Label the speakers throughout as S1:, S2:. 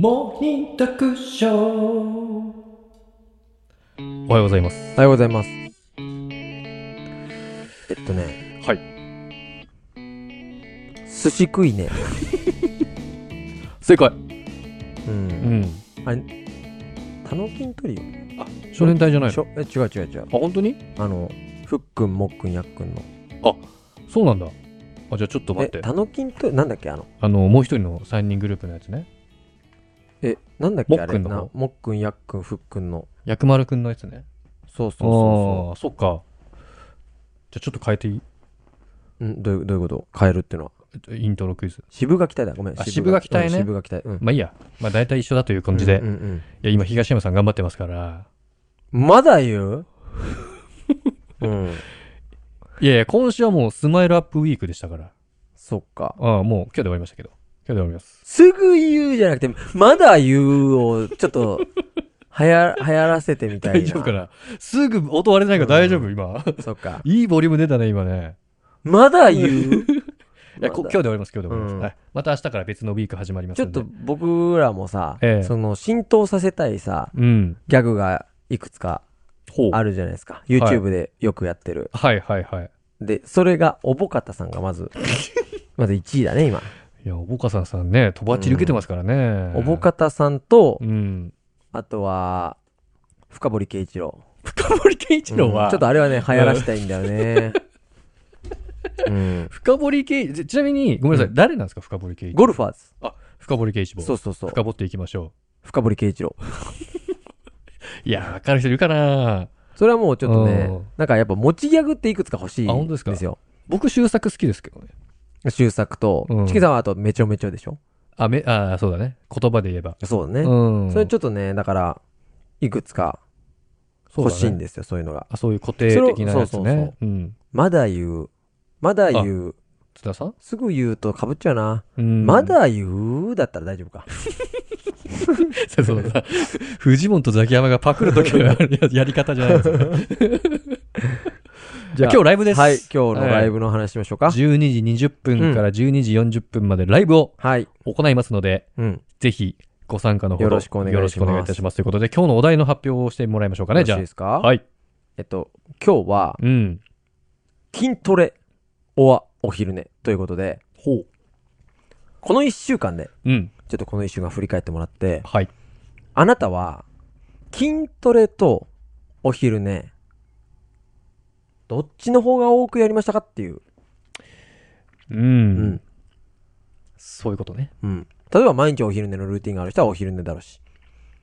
S1: モーニングクショーおはようございます。
S2: おはようございます。えっとね、
S1: はい。
S2: 寿司食いね。
S1: 正解。
S2: う。
S1: うんん。
S2: あれ、タノキントリオ
S1: あ、少年隊じゃない
S2: し
S1: のあ、
S2: ょえ違う違う違う。
S1: 本当に
S2: あの、ふっくん、もっくん、やっくんの。
S1: そうなんだ。あ、じゃあちょっと待
S2: え、
S1: って。
S2: タノキントリオ、なんだっけあの、
S1: あの、もう一人の3人グループのやつね。
S2: え、なんだっけ
S1: もっ
S2: あ
S1: く
S2: れ
S1: んの方
S2: な、もっくん、やっくん、ふっくんの。
S1: 薬丸くんのやつね。
S2: そうそうそ
S1: ああ、そっか。じゃあちょっと変えていい
S2: うそう。うん、どういうどういうこと変えるっていうのは。
S1: えっとイントロクイズ。
S2: 渋垣隊だ、ごめん。
S1: あ渋垣隊ね
S2: うん渋垣隊。うん。
S1: まあいいや。まあ大体一緒だという感じで。
S2: うん
S1: い
S2: うん
S1: や、今東山さん頑張ってますから。
S2: うん。まだ 言ううん。
S1: いやいや、今週はもうスマイルアップウィークでしたから。
S2: そっか。
S1: ああ、もう今日で終わりましたけど。今日で終わります。
S2: すぐ言うじゃなくて、まだ言うを、ちょっと、はや、流行らせてみたい
S1: 大
S2: な。
S1: 丈夫かなすぐ音割れてないから大丈夫、今。
S2: そっか。
S1: いいボリューム出たね、今ね。
S2: まだ言う
S1: いや、こ今
S2: まだ
S1: 日で終わります、今日で終わります。
S2: うん
S1: はい。また明日から別のウィーク始まります
S2: ちょっ
S1: んで
S2: と、僕らもさ、
S1: ええ
S2: その浸透させたいさ、
S1: うん。
S2: ギャグがいくつか
S1: ほう。
S2: あるじゃないですか。YouTube でよくやってる。
S1: はいはいはい。
S2: で、それが、おぼかたさんがまず、 まず1位だね、今。
S1: いや、おぼかさんさんね、とばっちり受けてますからね。
S2: おぼかたさんと
S1: う、ん。
S2: あとは、深堀圭一郎。
S1: 深堀圭一郎
S2: う
S1: は、
S2: んちょっとあれはね、流行らせたいんだよ ね。うん。
S1: 深堀圭一、ちちなみに、ごめんなさい、
S2: う
S1: 誰なんですか、深堀圭一。
S2: ゴルファーズ。
S1: 深堀圭一郎。
S2: そうそうそう。
S1: 深掘っていきましょ
S2: 深堀圭一郎。
S1: う。いやー、わかる人いるかな
S2: それはもうちょっとね
S1: うん、
S2: なんかやっぱ持ちギャグっていくつか欲しい
S1: あ本当ですか
S2: ですよ。
S1: 僕、修作好きですけどね。
S2: 修作と
S1: うん、
S2: チキさんはあとめちょめちょでしょ
S1: あ、め、あー、そうだね。言葉で言えば。
S2: そうだね。
S1: うん。
S2: それち
S1: ょ
S2: ょっとね、だから、いくつか欲しいん
S1: で。
S2: ですよ、そういうのが。
S1: あ、そういう固定的なやつ
S2: それをそうそう
S1: ね。うん。
S2: まだ言う。まだ言う。
S1: 津田さん
S2: すぐ言うと被っちゃうな。
S1: うん
S2: まだ言うだったら大丈夫か。
S1: そうそうさ、フジモンとザキヤマがパクるときのややり方じゃないですよ。 じゃあ今日ライブです。
S2: はい、今日のライブの話しましょうか。
S1: 12時20分から12時40分までライブを
S2: はい。
S1: 行いますので、
S2: うん。
S1: ぜひご参加のほど
S2: よろしくお願いします
S1: よろしくお願いいたします。ということで、今日のお題の発表をしてもらいましょうか
S2: よ
S1: ね、
S2: ろし
S1: じゃ
S2: いですか
S1: あ。はい。
S2: えっと、今日は、
S1: うん。
S2: 筋トレ、おわ、お昼寝ということで、
S1: ほう。
S2: この一週間で、
S1: うん。
S2: ちょっとこの一週間振り返ってもらって、
S1: はい。
S2: あなたは、筋トレとお昼寝、どっちの方が多くやりましたかっていう。
S1: うん。
S2: うん。
S1: そういうことね。
S2: うん。例えば毎日お昼寝のルーティンがある人はお昼寝だろうし。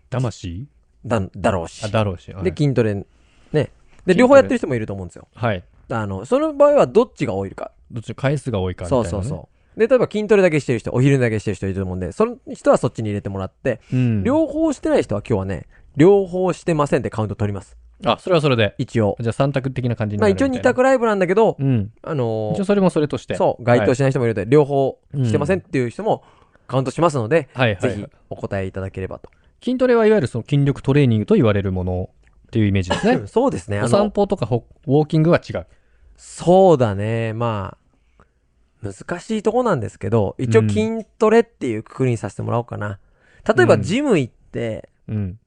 S1: 魂
S2: だ、だろうし
S1: あ、。だろうし。はい
S2: で、筋トレ、ね。で、
S1: レ
S2: 両方やってる人もいると思うんですよ。
S1: はい。
S2: あの、その場合はどっちが多いか。
S1: どっちの回数が多いかみたいな、
S2: そう
S1: ね。
S2: そうそう。で、例えば筋トレだけしてる人、お昼寝だけしてる人いると思うんで、その人はそっちに入れてもらって、
S1: う。うん。
S2: 両方してない人は今日はね、両方してませんってカウント取ります。
S1: あ、それはそれで。
S2: 一応。
S1: じゃあ三択的な感じに
S2: ま
S1: な
S2: あ
S1: るみ
S2: 一
S1: た
S2: 応
S1: いな。
S2: 二択ライブなんだけど、
S1: うん。
S2: あのー
S1: 一応それもそれとして。
S2: そう、該当
S1: し
S2: しない人もいるので、両方
S1: うん
S2: してませんっていう人もカウントしますので、
S1: はいはい、
S2: ぜひお答えいただければと。。
S1: 筋トレはいわゆるその筋力トレーニングと言われるものっていうイメージですね
S2: そうですね、あ
S1: お散
S2: の、
S1: 歩とかほウォーキングは違う。
S2: そうだね、まあ、難しいとこなんですけど、一応
S1: うん
S2: 筋トレっていうくくりにさせてもらおうかな。例えば
S1: うん
S2: ジム行って、
S1: うん。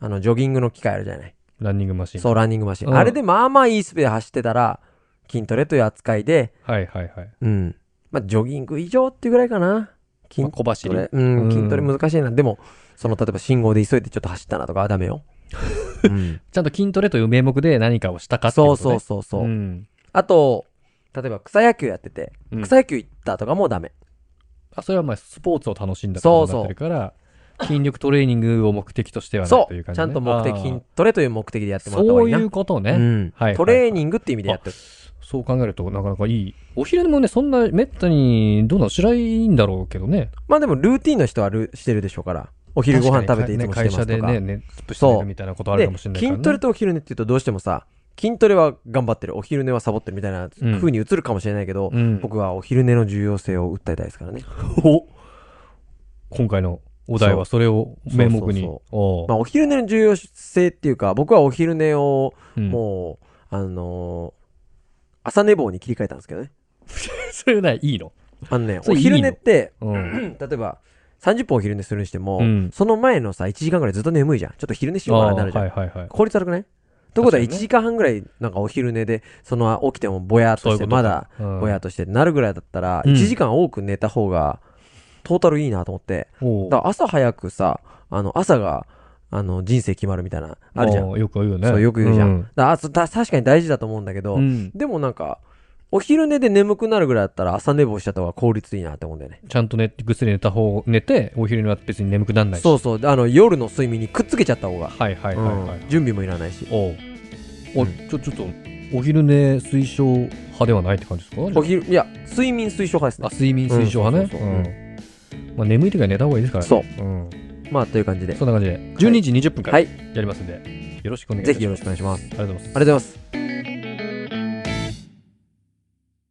S2: あの、ジョギングの機械あるじゃない。
S1: ランニングマシン。
S2: そう、ランニングマシン。
S1: うん
S2: あれでまあまあいいスピードで走ってたら、筋トレという扱いで、
S1: はいはいはい。
S2: うん。まあ、ジョギング以上っていうぐらいかな。筋
S1: まあ、小走
S2: ト
S1: り
S2: レ。。うん、筋トレ
S1: うん
S2: 難しいな。でも、その、例えば信号で急いでちょっと走ったなとかはダ メよ。うん、
S1: ちゃんと筋トレという名目で何かをしたかっていうこと、
S2: そうそ
S1: ね。
S2: うそうそう。
S1: ん
S2: あと、例えば草野球やってて、
S1: うん
S2: 草野球行ったとかもダメ。
S1: あそれはまあスポーツを楽しんだことになってるから、筋力トレーニングを目的としてはない
S2: そ
S1: と
S2: う、
S1: いう感じ、
S2: ちゃ
S1: ね、
S2: んと目的、
S1: あー
S2: 筋トレという目的でやってもらった方
S1: そ
S2: がいうい
S1: い
S2: な。
S1: うことね。
S2: うん
S1: はいはい
S2: トレーニングって意味でやってる。
S1: そう考えると、なかなかいい。お昼寝もね、そんなめったに、どうなのしないんだろうけどね。
S2: まあでも、ルーティンの人はルしてるでしょうから、お昼ご飯食べていつもしてますと
S1: 確
S2: か。
S1: かにね会社でね、ね、突っ伏して寝るみたいなことある
S2: で
S1: かもしれないから、ね。
S2: 筋トレとお昼寝って言うとどうしてもさ、筋トレは頑張ってる、お昼寝はサボってるみたいな
S1: うん
S2: 風に映るかもしれないけど、
S1: うん、
S2: 僕はお昼寝の重要性を訴えたいですからね。
S1: お今回のお題はそれを名目に。
S2: そう
S1: おう
S2: まあ、お昼寝の重要性っていうか、僕はお昼寝を、
S1: うん
S2: もう、あのー朝寝坊に切り替えたんですけどね。
S1: それないいの、
S2: あのね、
S1: そ
S2: お
S1: れいいの
S2: 昼寝って、
S1: うん、
S2: 例えば、 30分お昼寝するにしても、
S1: うん
S2: その前のさ、1時間ぐらいずっと眠いじゃん。ちょっと昼寝しようかなってなるじゃん。
S1: あーはいはいはい。
S2: 効率悪くないってことは1
S1: 確かにね
S2: 時間半ぐらい、なんかお昼寝で、その起きてもぼやっと
S1: そうい
S2: し
S1: うこと
S2: て、
S1: か
S2: まだ
S1: うん
S2: ぼやっとしてなるぐらいだったら、
S1: うん
S2: 1時間多く寝た方が、トータルいいなと思って。
S1: おう
S2: だから朝早くさ、あの、朝が、あの、人生決まるみたいな、あるじゃん。
S1: ーよく言うよね。
S2: そう、よく言うじゃん。
S1: う
S2: だからあそた確かに大事だと思うんだけど、
S1: うん
S2: でもなんか、お昼寝で眠くなるぐらいだったら朝寝坊しちゃった方が効率いいなって思うんだよね。
S1: ちゃんと寝ぐっすり寝た方、寝て、お昼には別に眠くならないし。
S2: そうそう。あの、夜の睡眠にくっつけちゃった方が。
S1: はいはいはいはい。
S2: うん準備もいらないし。
S1: おうお、
S2: うん
S1: ちょ、ちょっと、お昼寝推奨派ではないって感じですか
S2: お昼、いや、睡眠推奨派ですね
S1: あ、。睡眠推奨派
S2: うんそう
S1: ね
S2: そうそう。
S1: うんまあ、眠い時は寝た方がいいですからね。。
S2: そう
S1: ん。
S2: まあ、という感じで。
S1: そんな感じで、12時20分から
S2: はい
S1: やりますんで、よろしくお願いし
S2: ぜ
S1: ます。
S2: ひよろしくお願いします。
S1: あ
S2: あり
S1: りがとうございます。
S2: がとうございます。